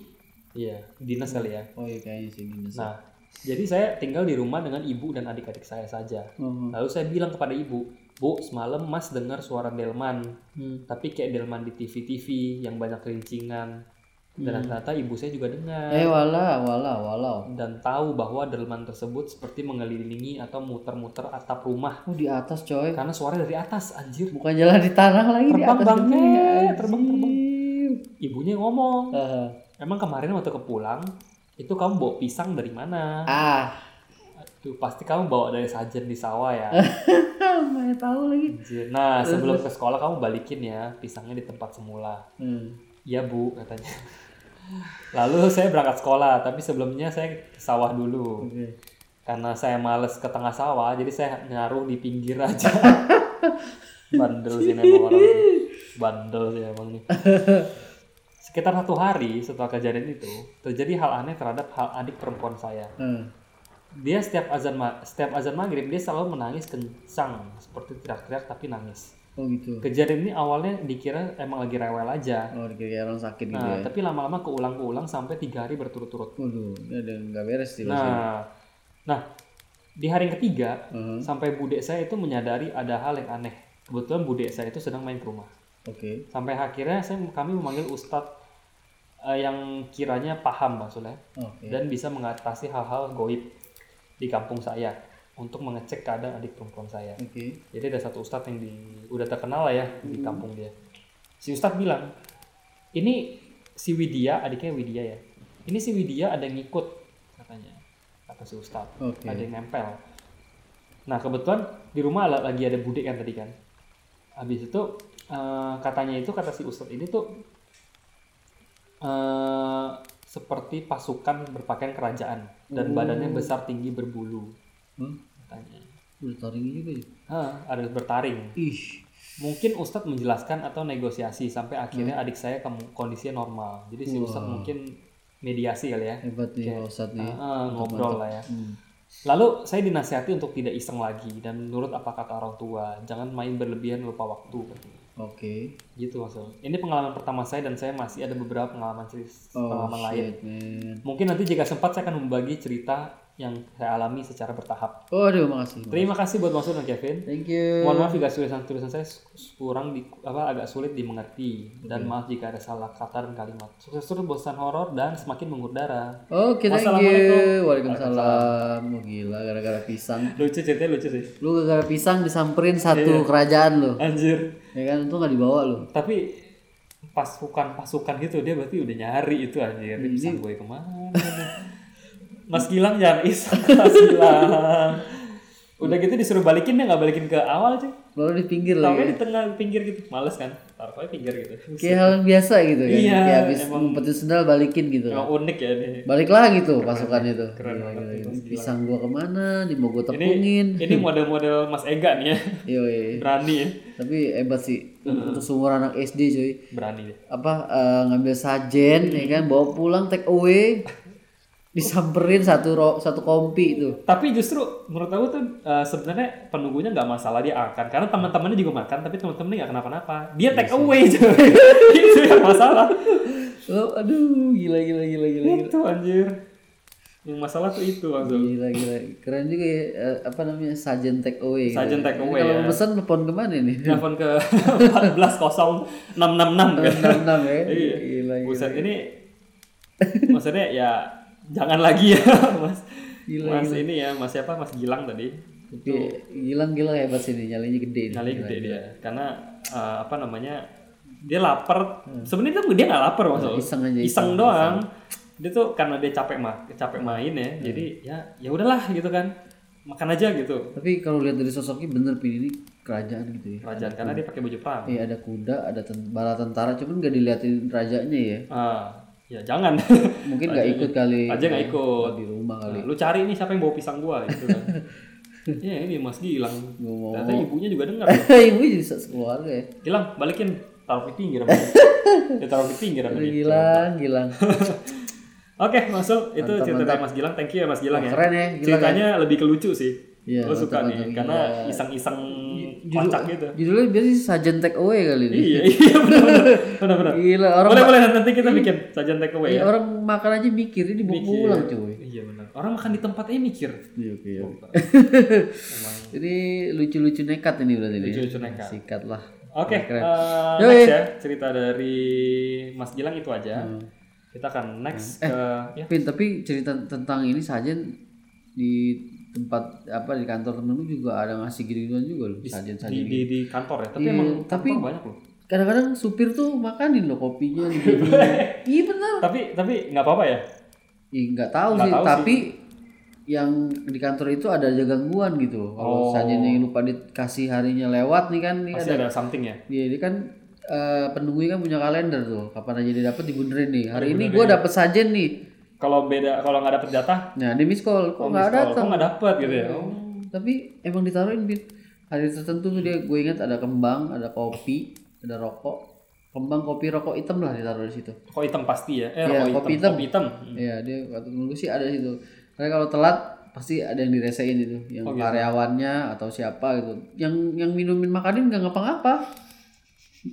iya dinas kali ya
Oh iya, kayaknya sih minus.
Nah, jadi saya tinggal di rumah dengan ibu dan adik-adik saya saja.
Oh,
Lalu saya bilang kepada ibu, Bu, semalam mas dengar suara delman,
Hmm.
tapi kayak delman di TV-TV yang banyak rincingan. Dan
Hmm.
ternyata ibu saya juga dengar.
Eh, wala, wala, walau.
Dan tahu bahwa delman tersebut seperti mengelilingi atau muter-muter atap rumah.
Oh, di atas, coy.
Karena suara dari atas, anjir.
Bukan jalan di tanah lagi di
Terbang,
atas
bangke.
gini, anjing.
Terbang, terbang. Ibunya ngomong,
Ah,
emang kemarin waktu kepulang, itu kamu bawa pisang dari mana?
Ah,
Tuh, pasti kamu bawa dari sajen di sawah ya.
mana tahu lagi.
Anjir. Nah,
Terus,
sebelum ke sekolah kamu balikin ya pisangnya di tempat semula.
Hmm.
Iya, Bu, katanya. Lalu saya berangkat sekolah, tapi sebelumnya saya ke sawah dulu.
Oke.
Karena saya males ke tengah sawah, jadi saya naruh di pinggir aja. Bandel sih emang orang. Bandel sih emang nih. Sekitar satu hari setelah kejadian itu, terjadi hal aneh terhadap hal adik perempuan saya.
Hmm.
Dia setiap azan ma- setiap azan maghrib dia selalu menangis kencang seperti teriak-teriak tapi nangis.
Oh gitu.
Kejadian ini awalnya dikira emang lagi rewel aja,
Oh dikira orang sakit gitu
nah
ya.
tapi lama-lama keulang-ulang sampai tiga hari berturut-turut.
Waduh, ini ada yang nggak beres Iya sih pasti.
Nah, nah di hari yang ketiga
Heeh,
sampai budek saya itu menyadari ada hal yang aneh. Kebetulan budek saya itu sedang main ke rumah.
Oke.
Sampai akhirnya saya kami memanggil ustadz eh, yang kiranya paham maksudnya
Oke.
dan bisa mengatasi hal-hal goib di kampung saya untuk mengecek keadaan adik perempuan saya.
Oke.
Jadi ada satu ustadz yang di- udah terkenal lah ya di
Hmm.
kampung dia. Si ustadz bilang, ini si Widya, adiknya Widya ya. Ini si Widya ada yang ngikut katanya, kata si ustadz.
Oke.
Ada yang nempel. Nah kebetulan di rumah la- lagi ada budek kan tadi kan. Habis itu eh, katanya itu kata si ustadz ini tuh eh, seperti pasukan berpakaian kerajaan dan
Oh.
badannya besar tinggi berbulu
Hmm?
katanya.
Udah taring juga ya.
Hah, ada bertaring.
Ih.
Mungkin Ustadz menjelaskan atau negosiasi sampai akhirnya adik saya kemu- kondisinya normal. Jadi si
Hmm.
Ustadz
Wah.
mungkin mediasi kali ya.
Hebat nih
Oke.
Pak Ustadz nih.
Ah,
Mantap,
ngobrol
mantap.
lah ya.
Hmm.
Lalu saya dinasihati untuk tidak iseng lagi dan menurut apa kata orang tua, jangan main berlebihan lupa waktu.
Oke.
Gitu maksudnya. Ini pengalaman pertama saya dan saya masih ada beberapa pengalaman cerita
Oh
pengalaman lain.
shit man.
Mungkin nanti jika sempat saya akan membagi cerita yang saya alami secara bertahap.
Oh aduh makasih.
Terima kasih buat Mas Ul dan Kevin.
Thank you.
Mohon maaf jika tulisan-tulisan saya s- kurang di, apa agak sulit dimengerti dan maaf jika ada salah kata dan kalimat. Sukses terus bosan horor dan semakin mengudara.
Oke, thank you.
Wassalamualaikum.
Waalaikumsalam. Oh, gila gara-gara pisang.
Lucu ceritanya lucu sih.
Lu gara-gara pisang disamperin
Iya.
satu kerajaan lu.
Anjir.
Ya kan itu nggak dibawa lu.
Tapi pasukan-pasukan gitu dia berarti udah nyari itu anjir. Ini pisang gue kemana? Mas Gilang jangan iseng Mas Gilang. Udah gitu disuruh balikin dia nggak balikin ke awal sih.
Baru di pinggir lagi.
Taruhnya di tengah pinggir gitu. Males kan? Taruhnya pinggir gitu.
Kayak hal yang biasa gitu kan.
Iya,
Kayak habis
emang.
ngumpetin sendal balikin gitu.
Emang unik ya ini.
Balik lagi tuh pasukannya tuh.
Keren
Gila,
banget
gila,
itu,
gila.
Mas Gilang.
Pisang gua kemana? Di mau gua
Ini
tepungin.
ini model-model Mas Ega nih ya.
Yoi.
Berani ya.
Tapi hebat sih untuk seumur anak SD cuy.
Berani deh.
apa eh, ngambil sajen ya kan bawa pulang take away disamperin satu ro satu kompi itu
Tapi justru menurut aku tuh eh, sebenarnya penunggunya nggak masalah dia akan karena teman-temannya juga makan tapi teman-temannya nggak kenapa-napa.
Iya
Dia take away aja. Itu yang masalah.
oh, aduh gila gila gila gila
Itu anjir. Yang masalah tuh itu langsung.
gila gila keren juga ya eh, apa namanya sajen take away gitu.
Sajen take
Ini
away,
kalau
ya.
pesan telepon kemana nih
Telepon ke 1406666 kan.
enam enam ya
Iya.
gila gila
Buset ini maksudnya ya jangan lagi ya Mas.
Gila,
mas ini ya Mas siapa Mas Gilang tadi.
tapi gilang gilang hebat sih nih nyalinya gede nih.
nyali gede dia karena eh, apa namanya dia lapar sebenarnya tuh dia Hmm. nggak lapar maksudnya
iseng aja,
iseng doang dia tuh karena dia capek ma capek main ya jadi ya ya udahlah gitu kan makan aja gitu
tapi kalau lihat dari sosoknya bener pin ini kerajaan gitu ya
kerajaan karena dia pakai baju perang
Iya ada kuda, ada ten- bala tentara, cuman gak diliatin rajanya ya.
ah ya jangan
Mungkin gak ikut kali.
aja nggak ikut
di rumah kali.
lu cari nih siapa yang bawa pisang gua gitu kan ya ini mas Gilang
Ngomong.
ternyata ibunya juga dengar
Ibu jadi se- sekeluarga ya.
Gilang balikin taruh di pinggir sama dia. dia taruh di pinggir sama dia.
Gilang,
gitu.
Gilang.
Oke, masuk itu cerita dari Mas Gilang. Thank you ya Mas Gilang ya.
Keren ya. Gila.
Ceritanya lebih ke lucu sih.
Iya,
Gue suka
mantap,
nih
mantap.
karena iseng-iseng
Judul-
kocak gitu.
Judulnya biasanya sajen take away kali ini.
iya, iya benar-benar. Benar-benar.
Gila orang Iya.
Boleh boleh nanti kita bikin sajian take away ya.
orang makan aja mikir ini dibawa pulang cuy.
Iya benar. Orang makan di tempatnya mikir.
Iya oke. oke.
Emang.
Ini lucu-lucu nekat ini berarti ini.
Lucu-lucu nekat.
Sikat lah.
Oke,
Keren.
eh,
Yoi.
next ya cerita dari Mas Gilang itu aja.
Hmm.
Kita akan next
Eh.
ke ya.
Pin tapi cerita tentang ini sajen di tempat apa di kantor temen lu juga ada ngasih gini-ginian juga loh sajen-sajen.
di, di, di kantor ya. Tapi
Iya,
emang
tapi-
kantor banyak loh.
Kadang-kadang supir tuh makanin loh kopinya. diginiin. Iya benar.
Tapi tapi nggak apa-apa ya.
Ih, nggak tahu
Nggak
sih,
tahu
tapi yang di kantor itu ada aja gangguan gitu. Kalau
Oh.
sajennya yang lupa dikasih harinya lewat nih kan, ini
Pasti
ada,
ada something ya.
dia dia kan eh, penunggunya kan punya kalender tuh, kapan aja dia dapat dibunderin nih. Hari ya. ini gua dapet sajen nih.
Kalau beda kalau nggak dapet jatah
Nah, dia miss call, kok nggak Iya.
Kalau
datang?
kok nggak dapet gitu ya.
Tapi emang ditaruhin Bin. Hari tertentu tuh dia gue ingat ada kembang, ada kopi, ada rokok, kembang kopi rokok hitam lah ditaruh di situ.
Kok hitam pasti ya? Eh,
Iya,
rokok
kopi hitam.
hitam. Kopi hitam. Hmm.
Iya, dia waktu nunggu sih ada di situ. Karena kalau telat pasti ada yang diresein itu, yang
Oh, gitu.
karyawannya atau siapa gitu. Yang yang minumin makanin nggak ngapa-ngapa.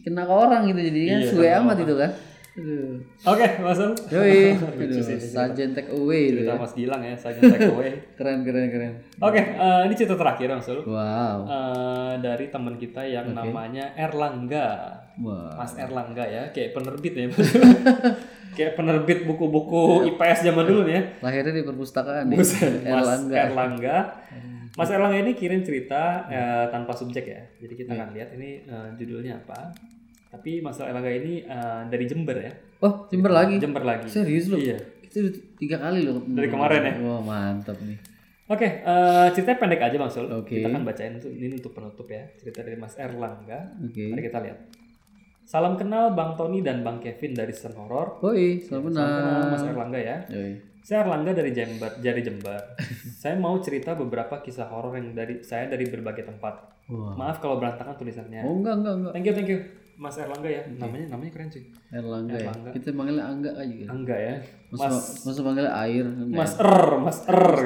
Kena ke orang gitu jadi kan
Iya,
suwe
kena ke
amat
orang.
itu kan. Aduh.
Oke, masuk.
Yoi.
Lucu
Aduh,
sih ini
Sajen take away itu
cerita
ya.
Mas Gilang ya, saya take away.
Keren keren keren.
Oke, eh, ini cerita terakhir Bang Sul.
Wow.
Eh, dari teman kita yang namanya Erlangga.
Wah.
Mas Erlangga ya, kayak penerbit ya. kayak penerbit buku-buku IPS zaman dulu nih ya.
Lahirnya di perpustakaan ya. nih.
Buset, Mas Erlangga.
Erlangga.
Mas Erlangga ini kirim cerita eh, tanpa subjek ya. Jadi kita akan lihat ini eh, judulnya apa. Tapi Mas Erlangga ini eh, dari Jember ya.
Oh, Jember lagi.
Jember lagi.
Serius lu?
Iya.
Itu udah tiga kali loh.
Dari kemarin ya?
Wah, mantap nih.
Oke, eh, ceritanya pendek aja Bang Sul.
Oke.
Kita akan bacain tuh- ini untuk penutup ya. Cerita dari Mas Erlangga.
Oke.
Mari kita lihat. Salam kenal Bang Tony dan Bang Kevin dari Sen Horor.
Woi, selamat
Salam kenal
malam.
Mas Erlangga ya.
Yoi.
Saya Erlangga dari Jember, dari Jember. saya mau cerita beberapa kisah horor yang dari saya dari berbagai tempat.
Wah.
Maaf kalau berantakan tulisannya.
Oh enggak enggak enggak
Thank you, thank you. Mas Erlangga ya. Namanya namanya keren sih.
Erlangga,
Erlangga.
ya. Kita manggilnya Angga aja. kan?
Angga ya.
Masa,
Mas
masa manggilnya air. enggak.
Mas Er, Mas Er.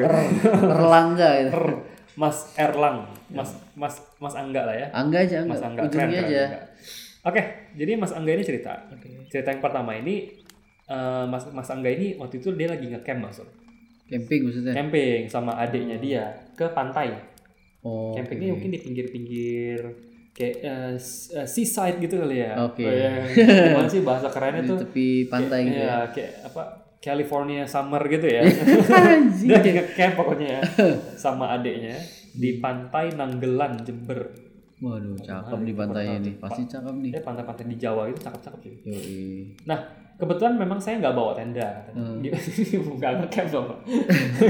Erlangga gitu.
Er. Mas Erlang. Mas Mas Mas Angga lah ya.
Angga aja Iya. Angga.
Mas Angga keren,
Ujungnya
keren,
aja.
Angga. Oke, jadi Mas Angga ini cerita. Cerita yang pertama ini eh, Mas Mas Angga ini waktu itu dia lagi ngecamp masuk.
Eh. Camping maksudnya.
Camping sama adiknya
Hmm.
dia ke pantai.
Oh.
Campingnya mungkin di pinggir-pinggir kayak eh, s- eh, seaside gitu kali ya.
Oke.
Oh, iya. Gimana sih bahasa kerennya
Di
tuh?
tepi pantai
kayak,
gitu ya. Iya,
iya, kayak apa? California summer gitu ya.
Anjing.
Dia lagi ngecamp pokoknya ya sama adiknya di pantai Nanggelan Jember.
Waduh, cakep
Nah,
di
itu
pantainya
pertama.
nih. Pasti cakep nih.
Ya pantai-pantai di Jawa itu cakep-cakep sih.
Yoi.
Nah, kebetulan memang saya nggak bawa tenda.
Hmm.
Nggak ngecamp dong. Pak.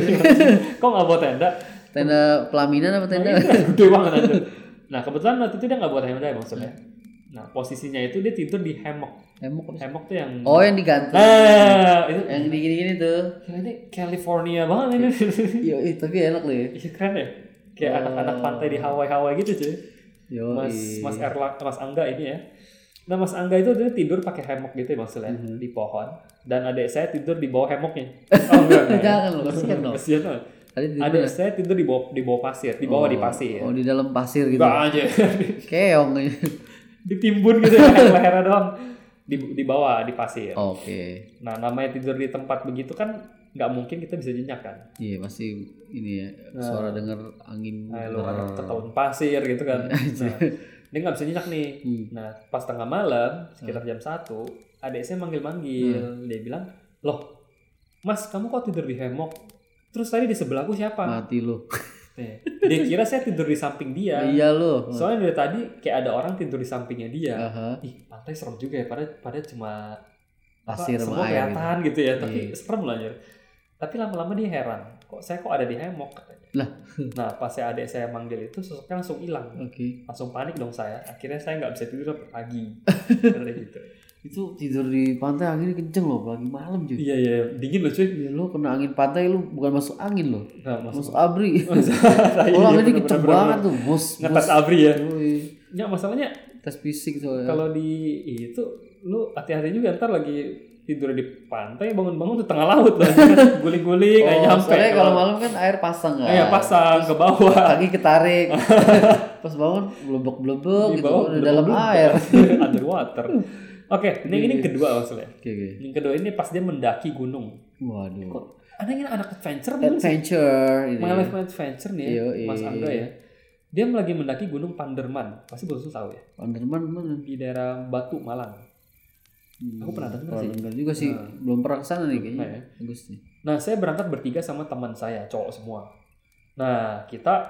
Kok nggak bawa tenda? kan
Tenda pelaminan apa tenda?
Gede banget aja. Nah, kebetulan waktu itu dia nggak bawa tenda ya maksudnya.
Hmm.
Nah, posisinya itu dia tidur di hemok.
Hemok apa sih?
Hemok tuh yang...
Oh, yang Eh. digantung.
Nah, itu
Yang digini-gini tuh.
gila, ini California banget ini.
Yoi, tapi enak loh ya.
Iya keren ya. Kayak anak-anak
Oh.
pantai di Hawaii-Hawaii gitu cuy.
Yoi.
Mas Mas Erlang Mas Angga ini ya. Nah Mas Angga itu dia tidur pakai hemok gitu ya maksudnya
Mhm.
di pohon dan adik saya tidur di bawah hemoknya. Oh enggak. enggak,
Jangan
ya.
loh, kasihan dong.
Kasihan dong.
Tadi di
Adik saya tidur di bawah di bawah pasir, di bawah di pasir. Nah.
Oh, di dalam pasir gitu.
Enggak aja.
Keong. aja.
Ditimbun gitu ya lehernya doang. Di di bawah di pasir.
Oke.
Nah, namanya tidur di tempat begitu kan nggak mungkin kita bisa jenyak kan.
Iya pasti ini ya suara dengar angin.
Nah, lu anak tertelan pasir gitu kan.
Iya.
Nah, dia nggak bisa nyenyak nih.
Hmm.
Nah, pas tengah malam, sekitar jam 1, adik saya
Hmm.
manggil-manggil. Dia bilang, loh, mas kamu kok tidur di hemok? Terus tadi di sebelahku siapa?
mati lu.
Nih, dia kira saya tidur di samping dia.
Iya lu.
Soalnya dari tadi kayak ada orang tidur di sampingnya dia.
Aha.
Ih, pantai serem juga ya. Padahal, padahal cuma apa,
Pasir
semua
sama air. Gitu.
kelihatan gitu. ya. Tapi
Iya.
serem lah anjir. Tapi lama-lama dia heran. Kok saya kok ada di hemok? katanya.
Lah.
Nah, pas saya adik saya manggil itu, sosoknya langsung hilang
Oke.
langsung panik dong saya akhirnya saya nggak bisa tidur sampai pagi Katanya gitu
Itu tidur di pantai anginnya kenceng loh, lagi malam juga.
iya iya dingin loh cuy
Iya lu kena angin pantai lu bukan masuk angin loh.
nah, masuk
Masuk abri.
Iya,
Kalau anginnya
bener-bener,
kenceng
bener-bener.
banget tuh, bos.
ngetes abri ya
Yoi.
ya masalahnya
Tes fisik soalnya.
kalau di itu lu hati-hati juga ntar lagi tidur di pantai bangun-bangun di tengah laut lah guling-guling Iya, nggak
Oh,
nyampe Iya,
soalnya kalau malam kan air pasang kan.
kayak pasang ke bawah
kaki ketarik pas bangun blebek blebek
di
gitu
bawah
di dalam
blubber-blubber.
air
underwater oke ini ini kedua maksudnya
oke oke
yang kedua ini pas dia mendaki gunung
waduh
ada yang anak adventure belum sih?
adventure ini
My Life My Adventure nih ya,
Yoi.
Mas Angga ya. Dia lagi mendaki Gunung Panderman. Pasti baru tahu ya.
Panderman mana
Di daerah Batu Malang.
Hmm,
Aku pernah dengar sih.
dengar juga sih
Nah.
belum pernah kesana nih kayaknya
Nah, ya.
bagus nih
Nah, saya berangkat bertiga sama teman saya, cowok semua. Nah, kita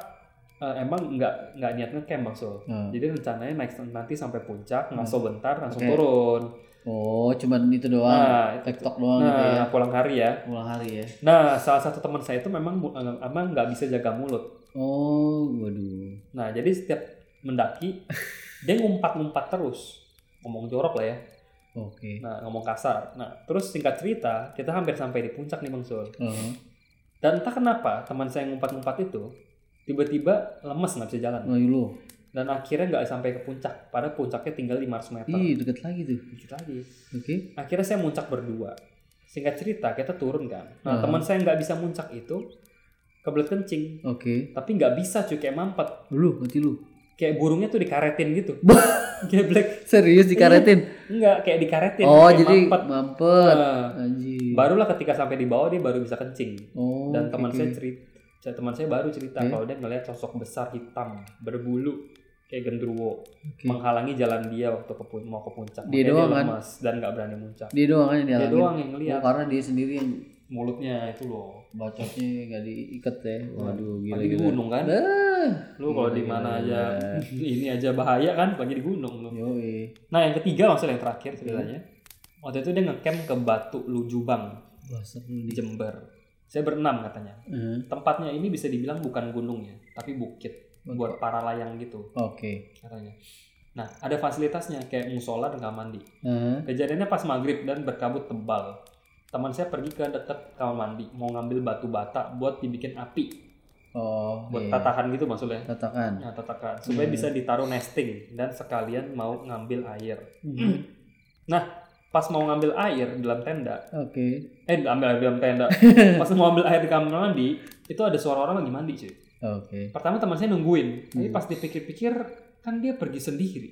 eh, emang nggak nggak niat ngecamp Bang Sul.
Nah.
Jadi rencananya naik nanti sampai puncak,
Hmm.
ngaso bentar, langsung
Oke.
turun.
oh cuman itu doang
Nah, itu-
tiktok doang gitu ya
nah pulang hari ya.
pulang hari ya
Nah, salah satu teman saya itu memang mu- eh, emang nggak bisa jaga mulut.
oh waduh
Nah, jadi setiap mendaki dia ngumpat-ngumpat terus, ngomong jorok lah ya.
oke
Nah, ngomong kasar. Nah, terus singkat cerita, kita hampir sampai di puncak nih Bang Sul.
Heeh.
Dan entah kenapa teman saya yang ngumpat-ngumpat itu tiba-tiba lemes nggak bisa jalan.
Nah, lu
dan akhirnya nggak sampai ke puncak pada puncaknya tinggal 500 meter
Ih, deket lagi tuh.
Lanjut lagi
Oke.
akhirnya saya muncak berdua singkat cerita kita turun kan nah
Hmm.
teman saya yang nggak bisa muncak itu kebelet kencing
Oke.
tapi nggak bisa cuy kayak mampet
Lu, mati lu.
kayak burungnya tuh dikaretin gitu kayak black
Serius dikaretin?
nggak kayak dikaretin
oh,
kayak
jadi
mampet.
mampet.
Nah,
Anjir.
barulah ketika sampai di bawah dia baru bisa kencing
Oh,
dan teman
oke, Hmm.
saya
oke.
cerita teman saya baru cerita
Oke.
kalau dia ngeliat sosok besar hitam berbulu kayak gendruwo
Oke.
menghalangi jalan dia waktu ke pun- mau ke puncak
Dia
Makanya
doang kan?
lemas dan nggak berani muncak
Dia doang kan yang
dia
dihalangin?
doang iya. yang ngeliat
Oh, karena dia sendiri yang
mulutnya itu loh
bacotnya nggak diikat ya. Waduh, gila
lagi di
gila.
gunung Iya. kan
Dah.
lu kalau di
Gila,
mana
gila,
aja ini aja bahaya kan lagi di gunung lu
Yoi.
nah yang ketiga maksudnya yang
Hmm.
terakhir ceritanya waktu itu dia ngecamp ke Batu Lujubang
Wah, seru
di
nih.
Jember saya berenam katanya
Eh,
tempatnya ini bisa dibilang bukan gunung ya tapi bukit buat para layang gitu
Oke.
katanya nah ada fasilitasnya kayak musola dan kamar mandi
Eh,
kejadiannya pas maghrib dan berkabut tebal teman saya pergi ke dekat kamar mandi mau ngambil batu bata buat dibikin api
Oh,
buat
iya.
tatahan gitu maksudnya
Tatakan.
Nah, tatakan supaya
Hmm.
bisa ditaruh nesting dan sekalian mau ngambil air. Nah, pas mau ngambil air di dalam tenda,
Oke.
eh ambil air di dalam tenda. pas mau ambil air di kamar mandi, itu ada suara orang lagi mandi, cuy.
Oke.
Pertama teman saya nungguin, tapi
Hmm.
pas dipikir-pikir kan dia pergi sendiri.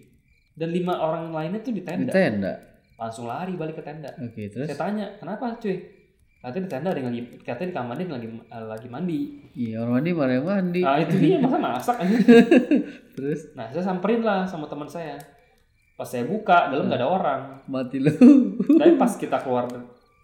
Dan lima orang lainnya tuh di
Di
tenda.
tenda.
Langsung lari balik ke tenda.
Oke, terus
Saya tanya, "Kenapa, cuy?" Katanya di tenda ada yang lagi katanya di kamar mandi ada yang lagi eh, lagi mandi.
iya orang mandi marah mandi.
Nah, itu dia masa masak aja.
Terus
Nah, saya samperin lah sama teman saya. Pas saya buka, dalam
Hmm.
nggak ada orang.
mati lu.
Tapi pas kita keluar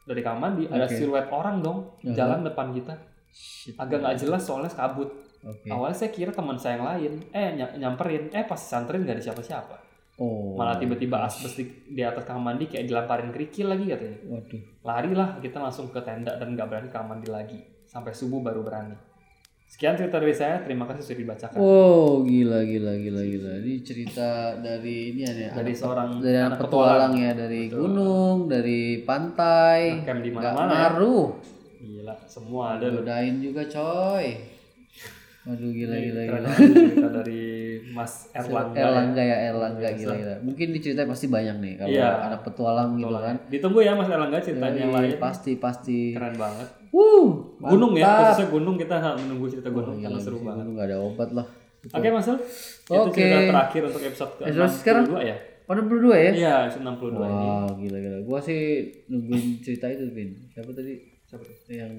dari kamar mandi, ada
Oke.
siluet orang dong
Mhm.
jalan depan kita.
Shit.
Agak nggak jelas soalnya kabut.
Oke.
Awalnya saya kira teman saya yang lain. Eh, ny- nyamperin. Eh, pas santerin nggak ada siapa-siapa.
Oh.
Malah tiba-tiba asbes di, di atas kamar mandi kayak dilamparin kerikil lagi katanya.
Waduh.
Larilah kita langsung ke tenda dan nggak berani ke kamar mandi lagi. Sampai subuh baru berani. Sekian cerita dari saya. Terima kasih sudah dibacakan.
Oh, Wow, gila gila gila gila. Ini cerita dari ini ya.
Dari seorang
dari anak petualang ya dari
Betul.
gunung, dari pantai.
Ngecamp di
Nggak
mana-mana ya.
ngaruh.
Gila, semua ada loh.
Godain juga coy. Waduh gila gila
Keren
gila.
banget cerita dari Mas Erlangga.
Erlangga ya Erlangga
Luar biasa.
gila gila. Mungkin di cerita pasti banyak nih kalau
Iya.
anak petualang gitu kan.
Ditunggu ya Mas Erlangga ceritanya yang
Yoi,
lain.
Pasti Iya, pasti.
Keren banget.
Wuh,
Gunung ya,
mantap. Oh,
khususnya gunung kita harus menunggu cerita gunung karena seru
Gila,
banget.
Gunung nggak ada obat lah.
Oke Mas El, itu
Oke.
cerita terakhir untuk episode ke
Episode sekarang?
62 ya?
Oh, 62 ya?
Iya, episode 62 ini.
Wah, gila gila. Gua sih nungguin cerita itu, Bin. Siapa tadi
Siapa tuh?
yang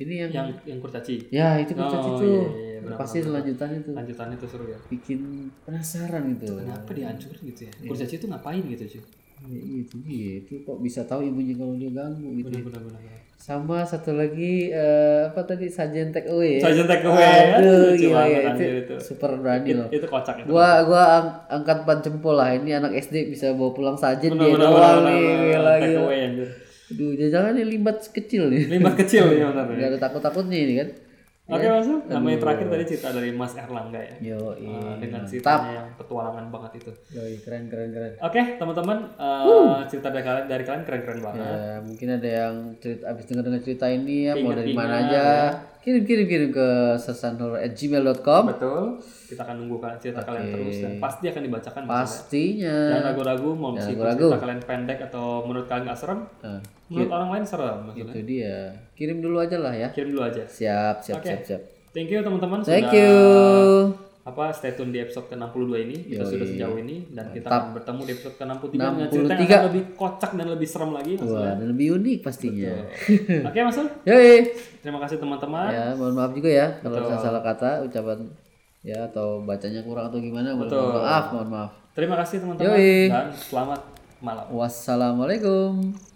ini yang,
Yang yang kurcaci.
ya itu kurcaci
Oh,
itu.
iya, iya, benar,
Pasti
benar,
lanjutannya tuh
Lanjutannya tuh seru ya.
bikin penasaran gitu.
Kenapa dihancurin gitu ya? Kurcaci itu ngapain gitu cuy?
Ya, itu dia, itu kok bisa tahu ibunya kalau dia ganggu gitu.
Benar benar benar.
Sama satu lagi eh, apa tadi sajian take away. ya?
Sajian take away ya.
Aduh,
Lucu
gila
banget
ya itu,
anjir itu.
super berani loh.
Itu kocak itu.
gua gua ang- angkat pan jempol lah ini anak SD bisa bawa pulang sajen
Benar
dia
benar
doang
benar.
nih gila
Take
gila
away anjir.
aduh jangan ini limbat kecil nih
Limbah kecil ya benar. ya.
nggak ada takut takutnya ini kan
Oke Mas, El. namanya terakhir tadi cerita dari Mas Erlangga ya.
yo
Eh, dengan ceritanya yang petualangan banget itu.
keren keren keren
Oke, teman-teman, eh, cerita dari kalian dari kalian keren-keren banget.
Ya, mungkin ada yang cerita abis denger dengar cerita ini ya mau dari
Ingat-ingat,
mana aja kirim kirim kirim ke sesanhorror@gmail.com
Betul. Kita akan nunggu kalian cerita kalian terus dan pasti akan dibacakan Mas.
pastinya
Jangan ragu-ragu mau meskipun cerita kalian pendek atau menurut kalian nggak serem,
nah,
menurut orang lain serem maksudnya.
itu dia kirim dulu aja lah ya
Kirim dulu aja.
siap siap siap siap
Thank you teman-teman
thank
sudah
you
apa stay tune di episode ke-62 ini. Kita sudah sejauh ini dan kita akan bertemu di episode ke-63 dengan cerita yang akan lebih kocak dan lebih serem lagi Mas.
Wah, dan lebih unik pastinya.
Oke, Mas. El.
Yoi.
Terima kasih teman-teman.
Ya, mohon maaf juga ya kalau saya salah kata, ucapan ya atau bacanya kurang atau gimana. Mohon Ah, mohon maaf, mohon maaf.
Terima kasih teman-teman
Yoi.
dan selamat malam.
Wassalamualaikum.